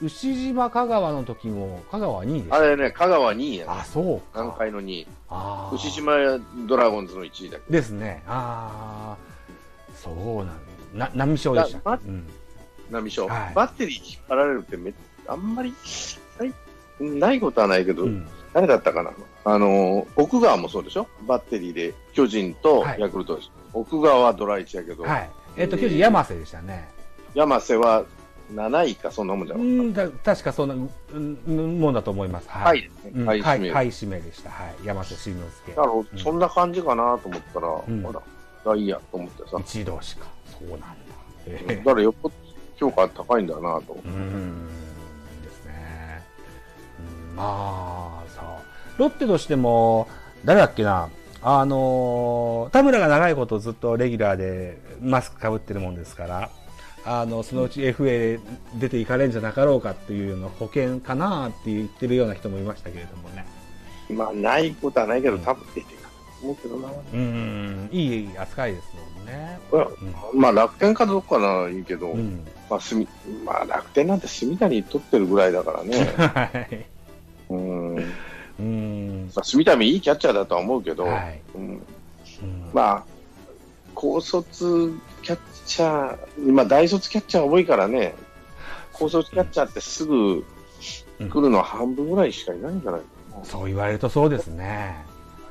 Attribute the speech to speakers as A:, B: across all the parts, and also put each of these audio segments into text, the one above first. A: 牛島香川の時も、香川2位で
B: あ
A: す。
B: れね、香川2位やね。
A: あ、そうか。
B: 南海の2位。
A: あー
B: 牛島ドラゴンズの1位だけ
A: ですね。ああ、そうなんです。な、波章でしたっけ。
B: だ
A: う
B: ま
A: ん。
B: ど、波賞、
A: はい
B: バッテリー引っ張られるってめっ、あんまりないないことはないけど、
A: うん
B: 誰だったかな、あの奥川もそうでしょ、バッテリーで巨人と
A: はい
B: ヤクルトです、奥川はドラ1やけど、
A: はい。えっと、
B: えー
A: 巨人山瀬でしたね。
B: 山瀬は7位か、そんなもんじゃ
A: う
B: なかった。
A: ん、だ確かそんなうんもんだと思います。は。
B: はいい、
A: うんは、
B: はいい、
A: は、
B: はいい、
A: はい、指名でした。はい。山瀬慎之介
B: だ。から
A: うん
B: そんな感じかなと思ったら、
A: ん
B: ほら、あいいやと思ってさ、
A: 一同士か。そうなんだ。え
B: だ
A: ー
B: からよっぽど評価高いんだなと。
A: うーんですね。うんまあ、さ、ロッテとしても、誰だっけな、あのー田村が長いことずっとレギュラーでマスクかぶってるもんですから、あの、そのうち FA 出ていかれんじゃなかろうかっていうの保険かなって言ってるような人もいましたけれどもね。
B: まあ、ないことはないけど、多分出てくると思うけどな。
A: うーん、いい扱いですもんね。
B: まあ、楽天かどうかならいいけど、
A: うん。
B: まあ、すみまあ、楽天なんて隅田に取ってるぐらいだからね。
A: はい。
B: うん。ま
A: うーん。
B: あ、隅田もいいキャッチャーだとは思うけど、
A: はい。
B: うん、
A: うん
B: まあ、高卒キャッチャー、今、大卒キャッチャー多いからね、高卒キャッチャーってすぐ来るのは半分ぐらいしかいないんじゃないかな。
A: そう言われるとそうですね。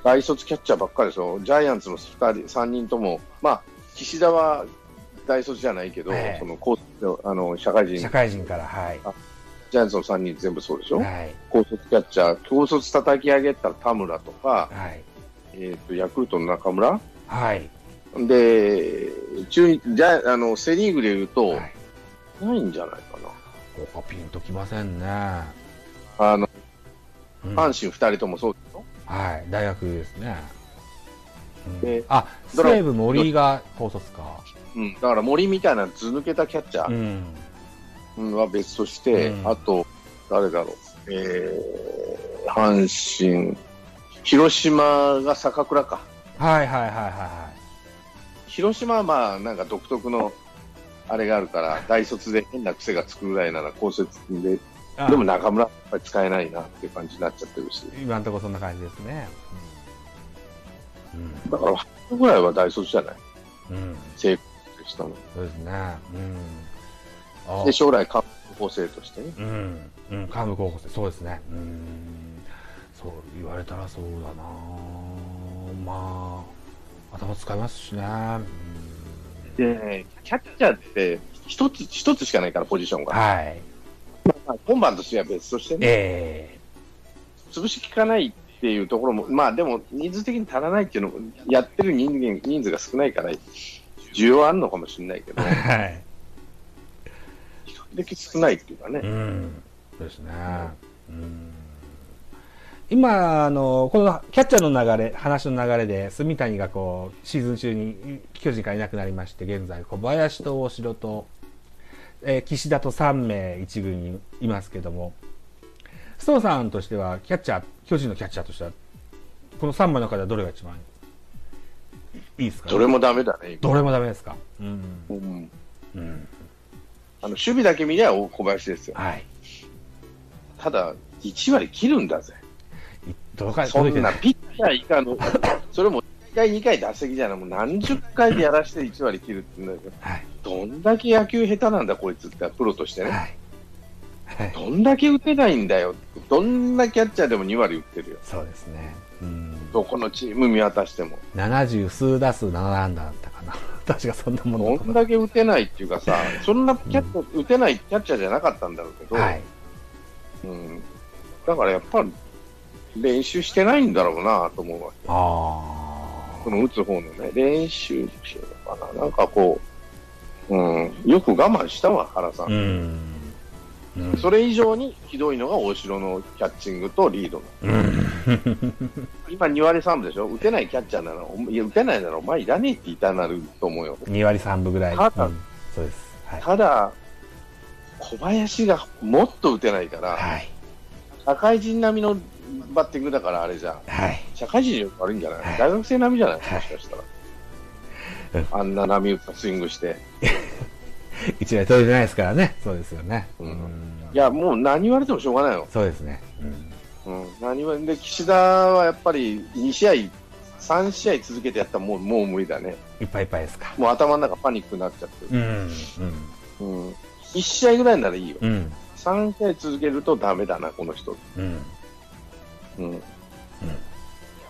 B: 大卒キャッチャーばっかりでしょ、ジャイアンツの2人3人とも、まあ、岸田は大卒じゃないけど、
A: ええ
B: その高卒あの社会人、ジ
A: 社
B: ャ
A: 会人から、はい。
B: イアンツの3人全部そうでしょ、
A: はい。
B: 高卒キャッチャー、高卒叩き上げたら田村とか、
A: はい。
B: えー、とヤクルトの中村、
A: はい。
B: で中日ジャイあのセ・リーグでいうと、
A: はい。
B: ないんじゃないかな。
A: 他ピンときませんね。
B: あの
A: うん
B: 阪神2人ともそうでしょ、
A: はい。大学ですね。うん
B: で
A: あ、
B: ドラ
A: 西武森井が高卒か。
B: うん、だから森みたいなず抜けたキャッチャー
A: う、ん。
B: うんは別として、
A: うん
B: あと、誰だろう、えー、阪神、広島が坂倉か。
A: はいはいはいはいは
B: 広島はまあ、なんか独特のあれがあるから、大卒で変な癖がつくぐらいなら、高卒で、
A: いあ。
B: でも中村はやっぱり使えないなっていう感じになっちゃってるし、
A: 今んとこそんな感じですね。
B: だから、半分ぐらいは大卒じゃない、
A: うん。うん。
B: 成功としても。
A: そうですね。うん。あ
B: で、将来、韓国生としてね。
A: うん、うん、幹部候補生、そうですね。うん、そう言われたらそうだな。まあ、頭使いますしね。うん
B: で、キャッチャーって、一つ、一つしかないから、ポジションが。
A: はい、
B: まあ今晩としては別としてね。
A: え
B: 潰し効かないっていうところも、まあでも人数的に足らないっていうのも、やってる人間人数が少ないから、需要はあるのかもしれないけど
A: え、はい、
B: 比較的少ないっていうか
A: う
B: ね、
A: ん、そうですね。うん。今あのこのキャッチャーの流れ話の流れで住谷がこうシーズン中に巨人からいなくなりまして現在小林と大城と、えー岸田と3名一軍にいますけども須藤さんとしてはキャッチャー巨人のキャッチャーとしてはこの3枚の中ではどれが一番いいですか、
B: どれもダメだね、今
A: どれもダメですかうん、
B: うん
A: うん、
B: あの守備だけ見りゃ大小林ですよ、
A: はい
B: ただ、1割切るんだぜ、
A: い届か
B: そ
A: 届い
B: ん
A: てな
B: ないピッチャー以下の、 それも1回、2回打席じゃない、もう何十回でやらして1割切るって言うんだけど、
A: はい
B: どんだけ野球下手なんだ、こいつって、プロとしてね、
A: はい、はい、
B: どんだけ打てないんだよって、どんなキャッチャーでも2割打ってるよ。
A: そうですねうん
B: どこのチーム見渡しても、
A: 70数打数7安打だったかな 確かそんなものだっ
B: ど
A: た
B: ん
A: かな
B: だけ打てないっていうかさ、そんなキャッチャー打てないキャッチャーじゃなかったんだろうけど、
A: はい
B: うん、だからやっぱり練習してないんだろうなと思うわけ、
A: あ
B: この打つ方のね、練習っていうのかな、なんかこう、うん、よく我慢したわ、原さ
A: あ
B: ん。
A: うんうん
B: それ以上にひどいのが大城のキャッチングとリードの。
A: うん
B: 今2割3分でしょ打てないキャッチャーなら、おいや、打てないならお前いらねえって言いたなると思うよ。
A: 2割3分ぐらい、
B: ただ
A: うんそうですはい、
B: ただ、小林がもっと打てないから、
A: はい
B: 社会人並みのバッティングだからあれじゃん。
A: はい
B: 社会人より悪いんじゃ
A: は
B: ないい大学生並みじゃないもし
A: はい
B: かしたら。あんな波打ったスイングして。
A: 1割取れてないですからねそうですよね
B: うん
A: うん
B: いや、もう何言われてもしょうがないよ。
A: そうですね。うん
B: うん、何言われで、岸田はやっぱり2試合、3試合続けてやったらもうもう無理だね。
A: いっぱいいっぱいですか。
B: もう頭の中パニックになっちゃってる。
A: うん。うん。
B: うん、1試合ぐらいならいいよ。
A: うん。
B: 3試合続けるとダメだな、この人。
A: うん。
B: うん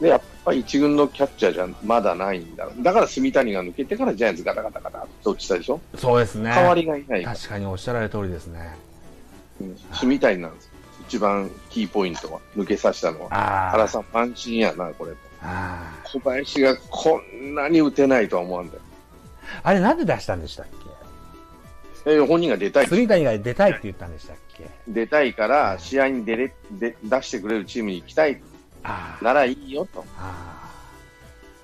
B: で、やっぱり一軍のキャッチャーじゃまだないんだろう。だから住谷が抜けてからジャイアンツガタガタガタって落ちたでしょ。
A: そうですね。
B: 代わりがいない。
A: 確かにおっしゃられる通りですね。
B: うん、住谷なんですよ。一番キーポイントは、抜けさせたのは。
A: ああ。
B: 原さん、満身やな、これ。
A: あ
B: 小林がこんなに打てないとは思わんだよ。
A: あ。あれなんで出したんでしたっ
B: え本人が出た
A: け
B: い。
A: 杉谷が出たいって言ったんでしたっけ
B: 出たいから、試合に出れで出してくれるチームに行きたい
A: ああ。
B: ならいいよと。
A: あ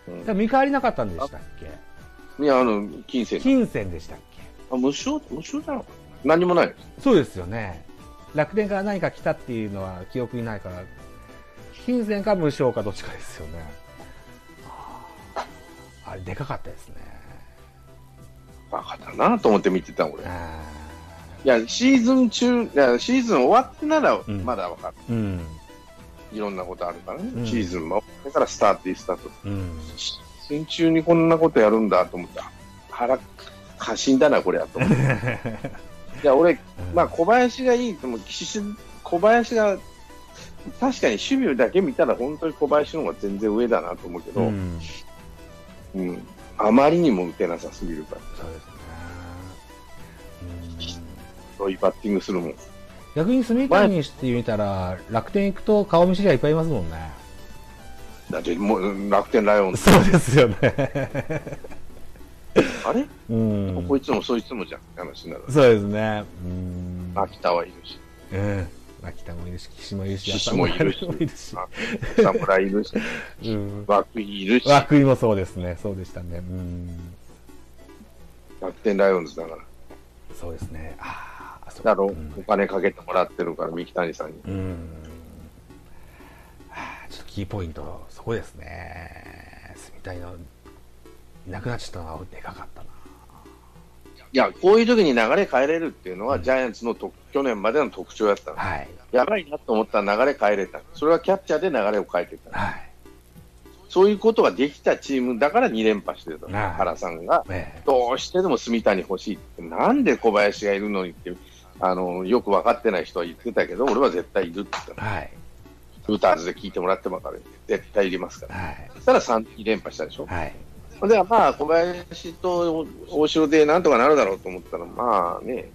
B: う
A: あ。でも
B: ん、
A: 見返りなかったんでしたっけ
B: いや、あの、金銭。
A: 金銭でしたっけ
B: あ無償、無償だろ。何もない。
A: そうですよね。楽天から何か来たっていうのは記憶にないから、金銭か無償かどっちかですよね。あああれでかかったですね。
B: バカだなと思って見てた、俺。
A: あ
B: いや、シーズン中、いやシーズン終わってなら、
A: ん
B: まだわかる、
A: あ。うん。
B: いろんなことあるからね。
A: うん
B: シーズンも、だからスタートいいスタート。
A: うん。
B: シーズン中にこんなことやるんだと思って、あ腹、過信だな、これやと思って。 いや、俺、まあ、小林がいいと思う。岸小林が、確かに守備だけ見たら、本当に小林の方が全然上だなと思うけど、
A: う
B: うん、
A: ん。
B: あまりにも打てなさすぎるから、
A: そうですね。うん
B: そういうバッティングするもん。
A: 逆に住谷にしてみたら、楽天行くと顔見知りはいっぱいいますもんね。
B: だって、もう楽天ライオンズ、
A: そうですよね。
B: あれ、
A: うん。
B: こいつもそいつもじゃん、話になる。
A: そうですね。うん。
B: 秋田はいるし、
A: うん。秋田もいるし、岸もいるし、
B: 岸もいるし
A: 浅村もいるし。
B: 侍いるし、
A: うん。
B: 涌井いるし、
A: 涌井もそうですね。そうでしたね。うん。
B: 楽天ライオンズだから。
A: そうですね。ああ、そう
B: だろ、
A: うん
B: お金かけてもらってるから、三木谷さんに。
A: うん。はあちょっとキーポイント、そこですね。住谷の、いなくなっちゃったのはでかかったな。
B: いや、こういう時に流れ変えれるっていうのは、
A: うん
B: ジャイアンツのと去年までの特徴やったの。
A: はい。
B: やばいなと思ったら流れ変えれた。それはキャッチャーで流れを変えてた。
A: はい。
B: そういうことができたチームだから2連覇してた。
A: はい
B: 原さんが、
A: ねえ
B: どうしてでも住谷欲しいって、なんで小林がいるのにって、あの、よく分かってない人は言ってたけど、俺は絶対いるって言ったの。
A: はい。
B: ルーターズで聞いてもらっても分かる。絶対いりますから。
A: はい。
B: そしたら3連覇したでしょ。
A: はい。
B: ほんで、まあ、小林と大城でなんとかなるだろうと思ったら、まあね、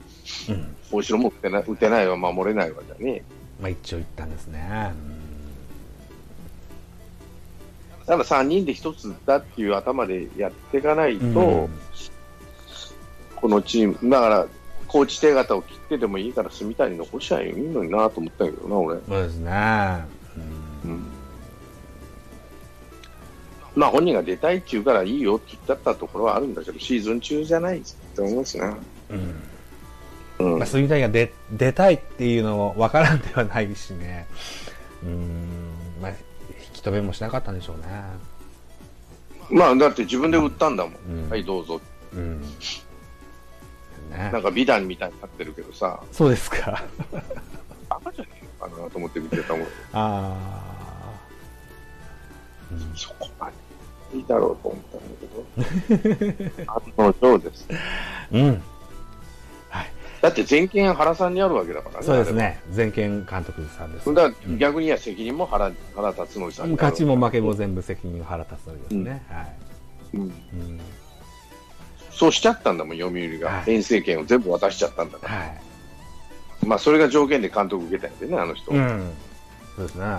A: うん。
B: 大城も打てない打てないわ、守れないわじゃね。
A: まあ一応言ったんですね。
B: ただ3人で1つだっていう頭でやっていかないと、
A: うん
B: このチーム、だから、コーチ手形を切ってでもいいから、住谷残しちゃいいのになと思ったけどな、俺。
A: そうですね。
B: う
A: うん
B: んまあ本人が出たいって言うからいいよって言っちゃったところはあるんだけど、シーズン中じゃないって思いますな。
A: うん。
B: うん
A: まあ、杉谷が出出たいっていうのもわからんではないしね。うん。まあ、引き止めもしなかったんでしょうね。
B: まあだって自分で売ったんだもん。
A: うん
B: はい、どうぞ。
A: うん。ね
B: な。んか美談みたいになってるけどさ、
A: そうですか。
B: 赤じゃねえのかなと思って見てたもん。
A: ああ。うん
B: そこまでいいだろうと思った んだけど。案の定です。
A: うん。
B: だって全権原さんにあるわけだからね。
A: そうですね。全権監督さんです。
B: あれは。だから逆に言えば責任も原原辰徳さんにあるわ
A: 勝
B: け
A: ちも負けも全部責任を腹立つのですね。はい。
B: うん
A: うん。
B: そうしちゃったんだもん、読売が。
A: はい
B: 遠征権を全部渡しちゃったんだから。
A: はい。
B: まあ、それが条件で監督受けたんでね、あの人。
A: うん。そうですね。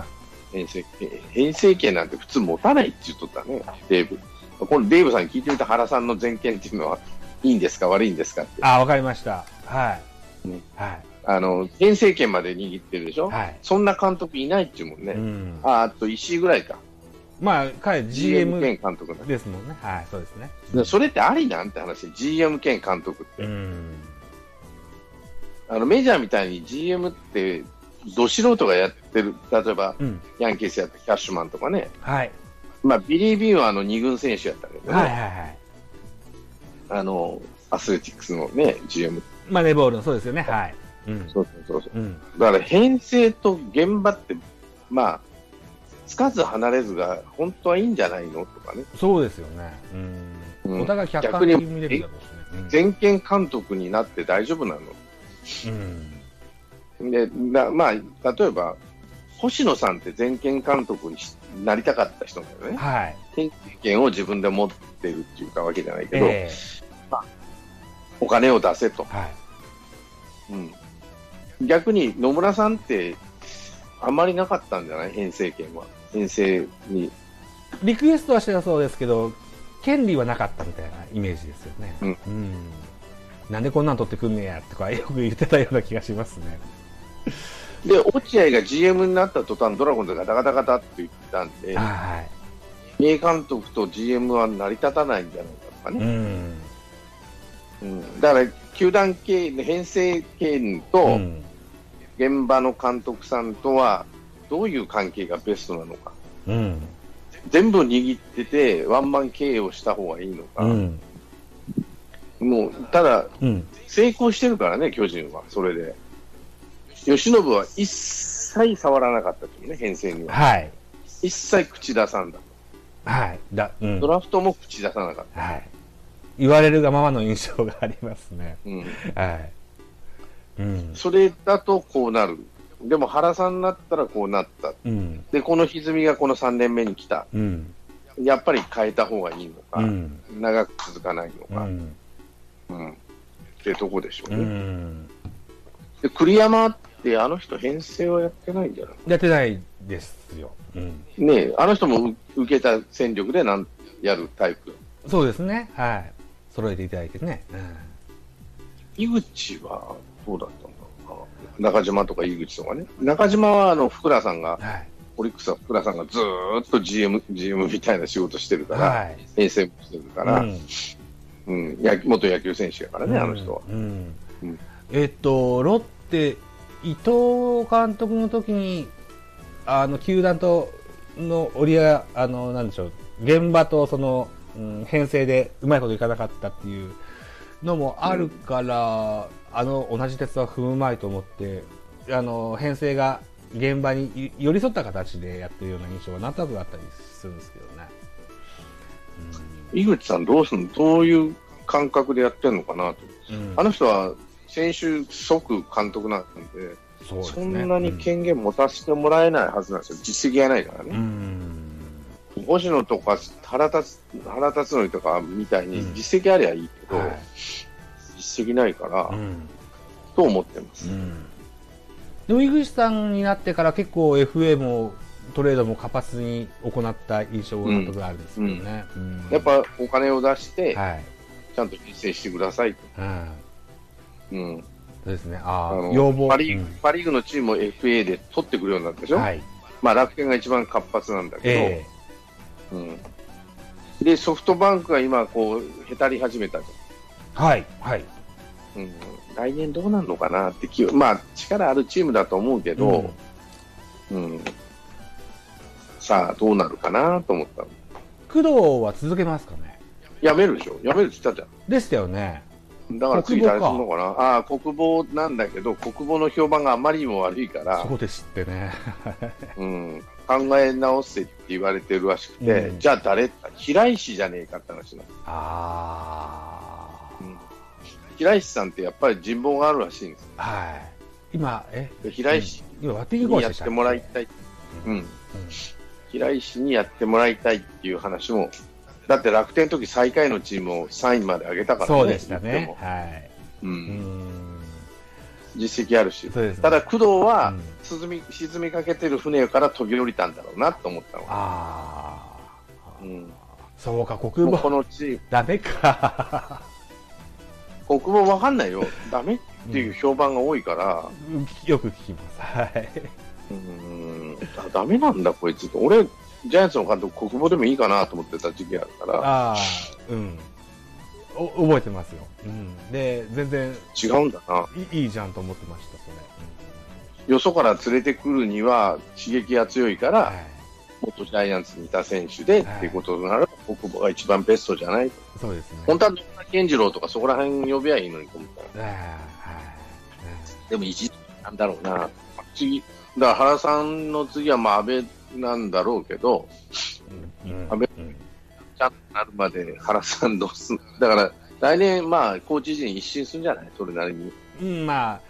B: 遠征権。遠征権なんて普通持たないって言っとったね、デーブ。このデーブさんに聞いてみた原さんの全権っていうのは、いいんですか、悪いんですかって。
A: あ、わかりました。はい。
B: うん
A: は
B: あの、遠征権まで握ってるでしょ
A: い。。はい。
B: そんな監督いないっていうもんね。
A: うん。
B: ああと石井ぐらいか。
A: まあ、彼
B: GM
A: GM
B: 兼監督ね。
A: ですもんね。はい、そうですね。
B: それってありなんて話、GM 兼監督って。
A: うん。
B: あのメジャーみたいに GM って、ど素人がやってる、例えば
A: うん。
B: ヤンキースやったキャッシュマンとかね、
A: はい。
B: まあ、ビリー・ビンはあの2軍選手やったけどね、
A: はいはいはい。
B: あのアスレティックスの、ね、GM、
A: マネーボールの、そうですよね。はい。うん。
B: そうそうそうそ
A: うん。
B: う。だから編成と現場って、まあ、つかず離れずが本当はいいんじゃないのとかね。
A: そうですよね。うん。
B: うん
A: お互い客観的に見れるだろうしね。
B: 全権監督になって大丈夫なの
A: うん。うん
B: でなまあ、例えば、星野さんって全権監督にしなりたかった人だよね。
A: はい。
B: 経験を自分で持ってるっていうかわけじゃないけど、
A: ええ
B: お金を出せと、
A: はい。
B: うん逆に野村さんって、あんまりなかったんじゃない編成権は。編成に。
A: リクエストはしてたそうですけど、権利はなかったみたいなイメージですよね。
B: うん
A: なんでこんなん取ってくんねやとかよく言ってたような気がしますね。
B: で、落合が GM になった途端、ドラゴンズがガタガタガタって言ってたんで、
A: は
B: 三重監督と GM は成り立たないんじゃないかとか
A: い。
B: ね
A: う。ん。
B: うんだから、球団経営、編成権と、
A: うん。
B: 現場の監督さんとはどういう関係がベストなのか、
A: うん。
B: 全部握ってて、ワンマン経営をした方がいいのか、
A: うん。
B: もうただ、
A: うん。
B: 成功してるからね、巨人は、それで。由伸は一切触らなかったというね、編成には。
A: はい。
B: 一切口出さんだ。
A: はい。だ、うん
B: ド。ラフトも口出さなかった。
A: はい。言われるがままの印象がありますね。
B: うん、
A: はい。うん。
B: それだとこうなる。でも原さんになったらこうなった。
A: うん。
B: で、この歪みがこの3年目に来た。
A: うん。
B: やっぱり変えた方がいいのか、
A: うん。
B: 長く続かないの
A: う
B: か。
A: ん。
B: うんってとこでしょう
A: う
B: ね。
A: ん。
B: で栗山ってあの人編成はやってないんじゃない
A: やってないですよ。うん。
B: ねえあの人もう受けた戦力でなんやるタイプ。
A: そうですね。はい。揃えていただいてね。うん。
B: 井口はどうだったんだろうな。中島とか井口とかね。中島はあの福良さん
A: は
B: が、
A: い。
B: オリックスは福良さんがずーっと GM、GM みたいな仕事してるから、
A: はい。
B: 編成もしてるから、うん野球元野球選手やからね、あの人は。
A: うん
B: うん
A: えっと、ロッテ、伊藤監督の時に、あの、球団との折り合い、あの、なんでしょう、現場とその、うん編成でうまいこといかなかったっていうのもあるから、あの、同じ鉄は踏むまいと思って、あの、編成が現場に寄り添った形でやってるような印象はなんとなくあったりするんですけどね。
B: 井口さんどうすんのどういう感覚でやってんのかなと。
A: うんうん
B: あの人は先週即監督なんで、
A: そうです
B: そ
A: ね
B: んなに権限持たせてもらえないはずなんですよ、実績がないから
A: う
B: ね。
A: ん
B: 星野とか原達原辰徳とかみたいに
A: うん
B: 実績ありゃいいけど、
A: はい
B: 実績ないから、
A: うん
B: と思ってます。
A: でも井口さんになってから結構 FA もトレードも活発に行った印象がなんとなくあるんですけどね、うん
B: やっぱお金を出して、
A: はい、
B: ちゃんと申請してくださいと。
A: うん、
B: うん、
A: そうですねあ
B: あ
A: あ
B: の
A: 要望
B: パリ
A: う
B: ーグ
A: ん
B: パ・リーグのチームを FA で取ってくるようになったでしょ、
A: はい
B: まあ、楽天が一番活発なんだけ
A: え
B: ど、うん、でソフトバンクが今こう、へたり始めたじゃん
A: えはいはい
B: うん、来年どうなるのかなって気は、まあ、力あるチームだと思うけど、うんさあ、どうなるかなと思ったの
A: 工藤は続けますかね
B: やめるでしょ、やめるって言ったじ
A: でしたよね
B: ゃん。だから次
A: 国防
B: 誰
A: か
B: するのかなああ、国防なんだけど、国防の評判があまりにも悪いから
A: そ、うですってね
B: うん、考え直せって言われてるらしくて、
A: うん
B: じゃあ誰平石じゃねえかって話なの、
A: あ
B: うん平石さんってやっぱり人望があるらしいんですよ
A: あはい今え
B: で平石
A: うん今バッティングコー
B: に
A: チ
B: や
A: で
B: っ
A: して
B: もらいたい。うん平石にやってもらいたいっていう話も、だって楽天の時最下位のチームを3位まで上げたからね、
A: そうでした
B: 言って
A: ね
B: も
A: はい
B: うん
A: うん
B: 実績あるし、
A: そうですね
B: ただ工藤
A: う
B: は
A: ん
B: 沈み沈みかけてる船から飛び降りたんだろうなと思ったの、
A: ああ、
B: うん、
A: そうか、国
B: もう
A: 防
B: このチーム、
A: ダメか。
B: 国防わかんないよ、ダメっていう評判が多いから、
A: よく聞きます。はい。
B: うん、あダメなんだ、こいつと、俺、ジャイアンツの監督、国防でもいいかなと思ってた時期あるから、
A: ああ、うん。お覚えてますよ。うん。で、全然
B: 違うんだな。
A: いいいじゃんと思ってました、それ。
B: よそから連れてくるには刺激が強いから、
A: はい。
B: 元ジャイアンツにいた選手でっていうことなら、僕が一番ベストじゃない。
A: そうですね。
B: 本当は野村健次郎とかそこら辺呼べばいいのにと思ったら、
A: ああはい。
B: でも一なんだろうな。次、だから原さんの次はまあ安倍なんだろうけど、
A: うん
B: 安倍
A: うん
B: ちゃんとなるまで原さんどうすんだから来年、まあ、高知陣一新するんじゃないそれなりに。
A: うん、まあ、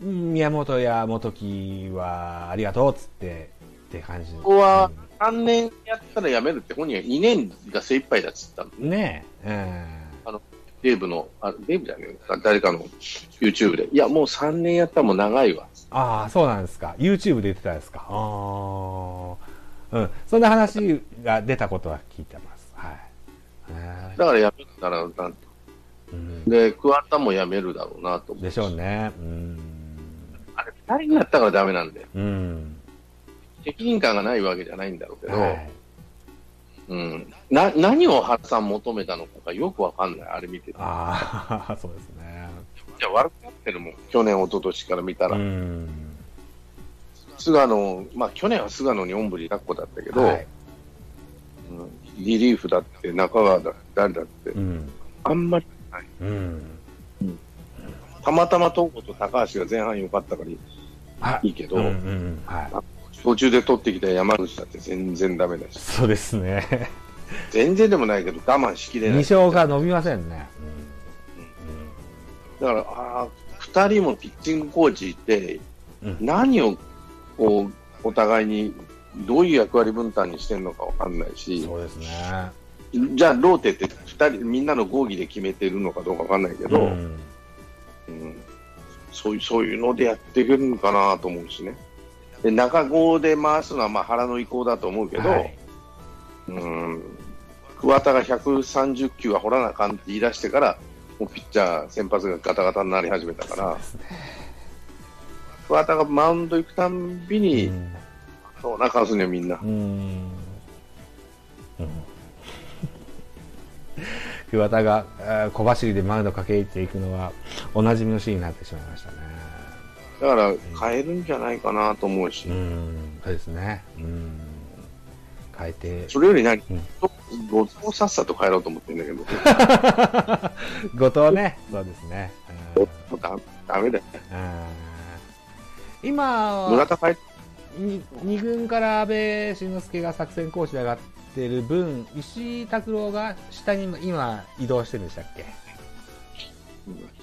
A: うん宮本や元木はありがとうっつってって感じ。
B: ここは3年やったら辞めるって本人は2年が精一杯だっつったの。
A: うんねえ、
B: デーブの、あ、デーブじゃねえよ誰かの YouTube で。いや、もう3年やったらもう長いわ。
A: うん、ああ、そうなんですか。YouTube で言ってたんですか。ああ、うん、そんな話が出たことは聞いてます。はい。え
B: だから辞めるんだろうな。
A: えうん
B: で、桑田も辞めるだろうなと思う。
A: でしょうね。うん。
B: あれ、2人になったからダメなんだよ。
A: うん。
B: 責任感がないわけじゃないんだろうけど、
A: はい。
B: うん。な、何を原さん求めたのかがよくわかんない。あれ見てて。
A: ああ、 そうですね。
B: じゃあ悪くなってるもん。去年、一昨年から見たら。
A: うん。
B: 菅野、まあ去年は菅野におんぶに抱っこだったけど、
A: はい
B: うんリリーフだって、中川だって、誰だって、
A: うん。
B: あんまり、
A: うん。
B: たまたま東郷と高橋が前半良かったからいい
A: はい
B: いけど、
A: うんうん。はい。
B: 途中で取ってきた山口だって全然ダメだし、
A: そうですね。
B: 全然でもないけど我慢しきれ
A: 2
B: ない。
A: 勝が伸びませんね。
B: だから、ああ、2人もピッチングコーチいて、
A: うん
B: 何をこうお互いにどういう役割分担にしてるのかわかんないし、
A: そうですね。
B: じゃあ、ローテって2人、みんなの合議で決めてるのかどうかわかんないけど、
A: ん
B: うんそういうそういうのでやっていけるのかなと思うしね。で中郷で回すのはまあ腹の意向だと思うけど、
A: はい
B: うん桑田が130球は掘らなあかんって言い出してから、もうピッチャー、先発がガタガタになり始めたか
A: そう
B: ら
A: で、すね
B: 桑田がマウンド行くたんびに、そうな顔するね、みんな
A: う。ん。うん。桑田がえー小走りでマウンド駆け入っていくのは、おなじみのシーンになってしまいましたね。
B: だから変えるんじゃないかなと思うし、
A: うん。そうですね。うん。変えて、
B: それより何、
A: うん
B: ごとさっさと変えろうと思っ てるんだけど、
A: 後藤ね。そうですね。うんうん
B: もうだダメだよ。
A: 今、
B: 村田変え
A: に二軍から安倍晋之助が作戦コーチで上がってる分、石井拓郎が下に今移動してるんでしたっけ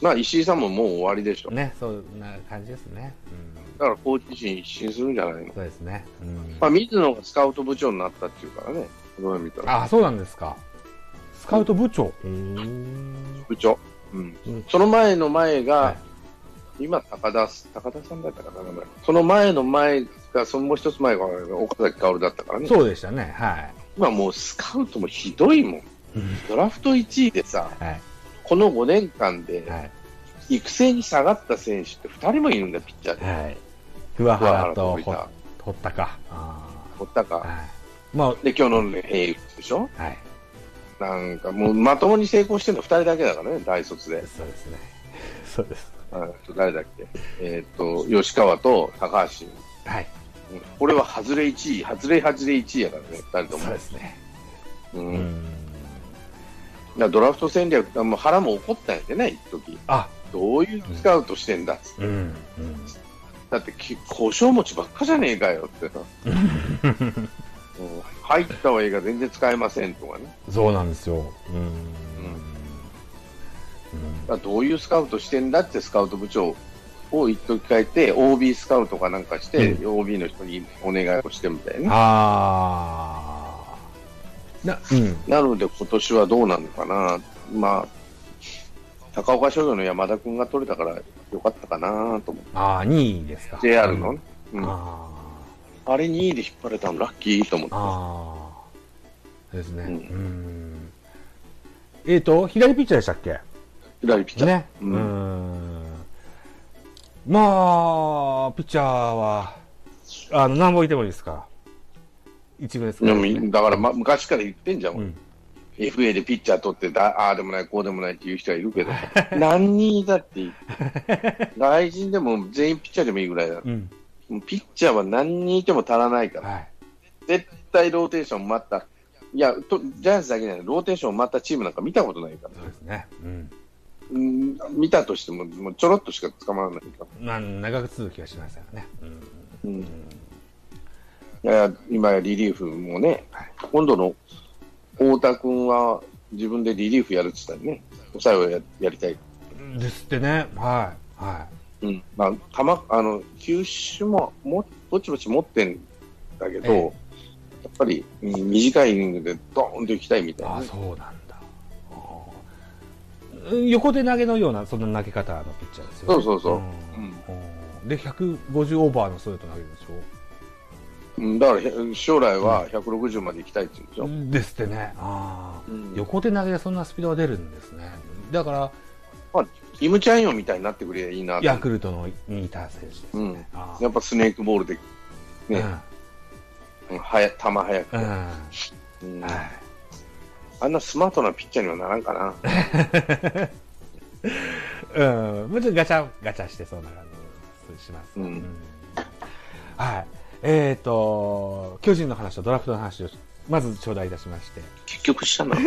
B: まあ石井さんももう終わりでしょ。
A: ね、そんな感じですね。
B: だからコーチ陣一新するんじゃないの
A: うん、そうですね。うん
B: まあ、水野がスカウト部長になったっていうからね、この前見たら。
A: あ、そうなんですか。スカウト部長。うん
B: 部長。うん
A: うん。
B: その前の前が、
A: は
B: 今、高田す、高田さんだったかな、名前その前の前が、そのもう一つ前が岡崎薫だったからね。
A: そうでしたね。はい。
B: 今もうスカウトもひどいもん。ドラフト1位でさ、
A: はい。
B: この5年間で、
A: はい。
B: 育成に下がった選手って2人もいるんだよ、ピッチャーで。
A: はい。桑
B: 桑
A: 原
B: 原
A: と
B: と
A: 堀堀田か。あ
B: 堀田
A: ー
B: か。
A: はい。ま
B: で、今日のね、平打でしょ
A: あ、はい。
B: なんかもうまともに成功してるの2人だけだからね、大卒で。
A: そうですね。そうです。
B: あと誰だっけ、えーっと吉川と高橋、
A: はい。
B: うんこれは外れ1位、外れ外れ1位やからね、2人と
A: そう
B: も
A: で。すね。
B: うん
A: う
B: だか
A: ん
B: らドラフト戦略、あもう腹も怒ったんやでね、一時
A: あ、
B: どういうスカウトしてんだっつって、
A: うん、うん。
B: だってき、故障持ちばっかじゃねえかよ って、うん入ったはいいが全然使えませんとかね、
A: そうなんですよ。うん。
B: だからどういうスカウトしてんだって、スカウト部長を一時変えて、OB スカウトかなんかして、
A: う
B: OB の人にお願いをしてみたい
A: うん、
B: な。
A: ああ。な、うん。
B: なので今年はどうなのかな、まあ、高岡商業の山田君が取れたからよかったかなと思って、
A: ああ、2位ですか。
B: JR のね、う
A: うんん。
B: あ
A: あ
B: れ2位で引っ張れたの、ラッキーと思
A: あ。
B: っ
A: ああ。ですね。う
B: うんん。
A: えっ、と、左ピッチャーでしたっけ
B: て、左ピッチャー、
A: ね。う。
B: うんん
A: まあ、ピッチャーは、あの、何本いてもいいですから。一部ですか
B: で
A: ら、
B: もだから、ま、昔から言ってんじゃん、
A: う
B: 俺
A: ん。
B: FA でピッチャー取ってだ、ああでもない、こうでもないっていう 人はいるけど、何人いたっていい、外人でも全員ピッチャーでもいいぐらいだ、
A: うん。
B: もうピッチャーは何人いても足らないから。
A: はい。
B: 絶対ローテーション待った、いやと、ジャイアンツだけじゃない、ローテーション待ったチームなんか見たことないから、
A: そうですね。うん。
B: うん見たとしても、もうちょろっとしか捕まらないから。
A: まあ、長く続きはしませんよね。うん
B: うん、いや今やリリーフもね、
A: はい
B: 今度の太田君は自分でリリーフやるって言ったよね、抑えをややりたい、
A: ですってね。はい。は
B: うんまあ、球あの球種ももぼちぼち持ってんだけど、
A: ええ
B: やっぱりうん短いイニングでドーンと行きたいみ
A: い。
B: たい
A: あ
B: な
A: あ、
B: ね、
A: そうなんだ。ああうん横手投げのような、そんな投げ方のピッチャーですよ、ね。
B: そうそうそ
A: う
B: う
A: んで、150オーバーのストレート投げるでし
B: うん、だからへ将来は160まで行きたいって言うんでし
A: ょ。で
B: ょ。
A: すってね。ああ。
B: うん
A: 横手投げでそんなスピードが出るんですね。だから、
B: イムチャンヨンみたいになってくれりゃいいなと
A: ヤクルトのニーター選手です
B: う
A: ね。
B: ん、
A: あ
B: やっぱスネークボールで、
A: あ
B: ねうん、速球速く
A: うん。うん。
B: て、
A: は
B: うん
A: い。
B: あんなスマートなピッチャーにはならんかな。
A: うん、もうちょっとガチャガチャしてそうな感じします。
B: うん
A: はい。えっ、と、巨人の話とドラフトの話をまず頂戴いたしまして。
B: 結局したな。